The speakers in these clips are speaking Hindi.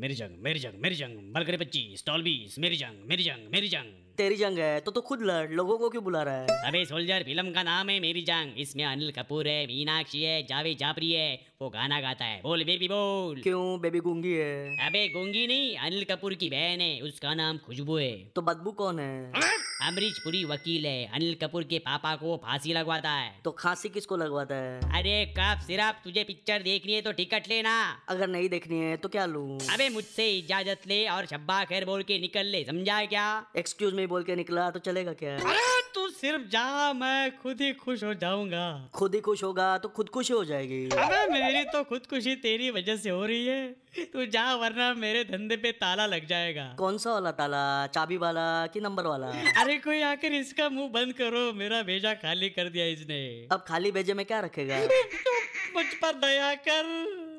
मेरी जंग मेरी जंग मेरी जंग मलकरी पच्चीस टॉल बीस मेरी जंग मेरी जंग मेरी जंग तेरी जंग है तो तू खुद लड़ लोगों को क्यों बुला रहा है अबे सोल्जर फिल्म का नाम है मेरी जंग इसमें अनिल कपूर है मीनाक्षी है जावेद जाफरी है वो गाना गाता है बोल बेबी बोल क्यों बेबी गूंगी है अबे गोंगी नहीं अनिल कपूर की बहन है उसका नाम खुशबू है तो बदबू कौन है अमरीश पुरी वकील है अनिल कपूर के पापा को फांसी लगवाता है तो खांसी किसको लगवाता है अरे कब सिर्फ तुझे पिक्चर देखनी है तो टिकट लेना अगर नहीं देखनी है तो क्या लूं अबे मुझसे इजाजत ले और शब्बा खैर बोल के निकल ले समझा क्या एक्सक्यूज मी बोल के निकला तो चलेगा क्या अरे तू सिर्फ जा मैं खुद ही खुश हो जाऊंगा खुद ही खुश होगा तो खुद खुशी हो जाएगी अबे मेरी तो खुदकुशी तेरी वजह से हो रही है तू जा वरना मेरे धंधे पे ताला लग जाएगा कौन सा वाला ताला चाबी वाला कि नंबर वाला अरे कोई आकर इसका मुंह बंद करो मेरा भेजा खाली कर दिया इसने अब खाली भेजे में क्या रखेगा तू मुझ पर दया कर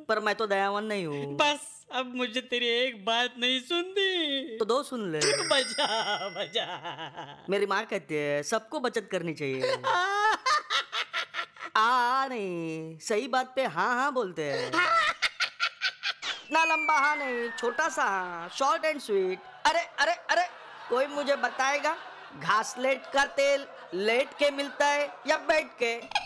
पर मैं तो दयावान नहीं हूँ बस अब मुझे तेरी एक बात नहीं सुनती तो दो सुन ले बजा बजा मेरी माँ कहती है सबको बचत करनी चाहिए आ नहीं सही बात पे हाँ हाँ बोलते हैं इतना लंबा हाँ नहीं छोटा सा हाँ शॉर्ट एंड स्वीट अरे अरे अरे कोई मुझे बताएगा घासलेट का तेल लेट के मिलता है या बैठ के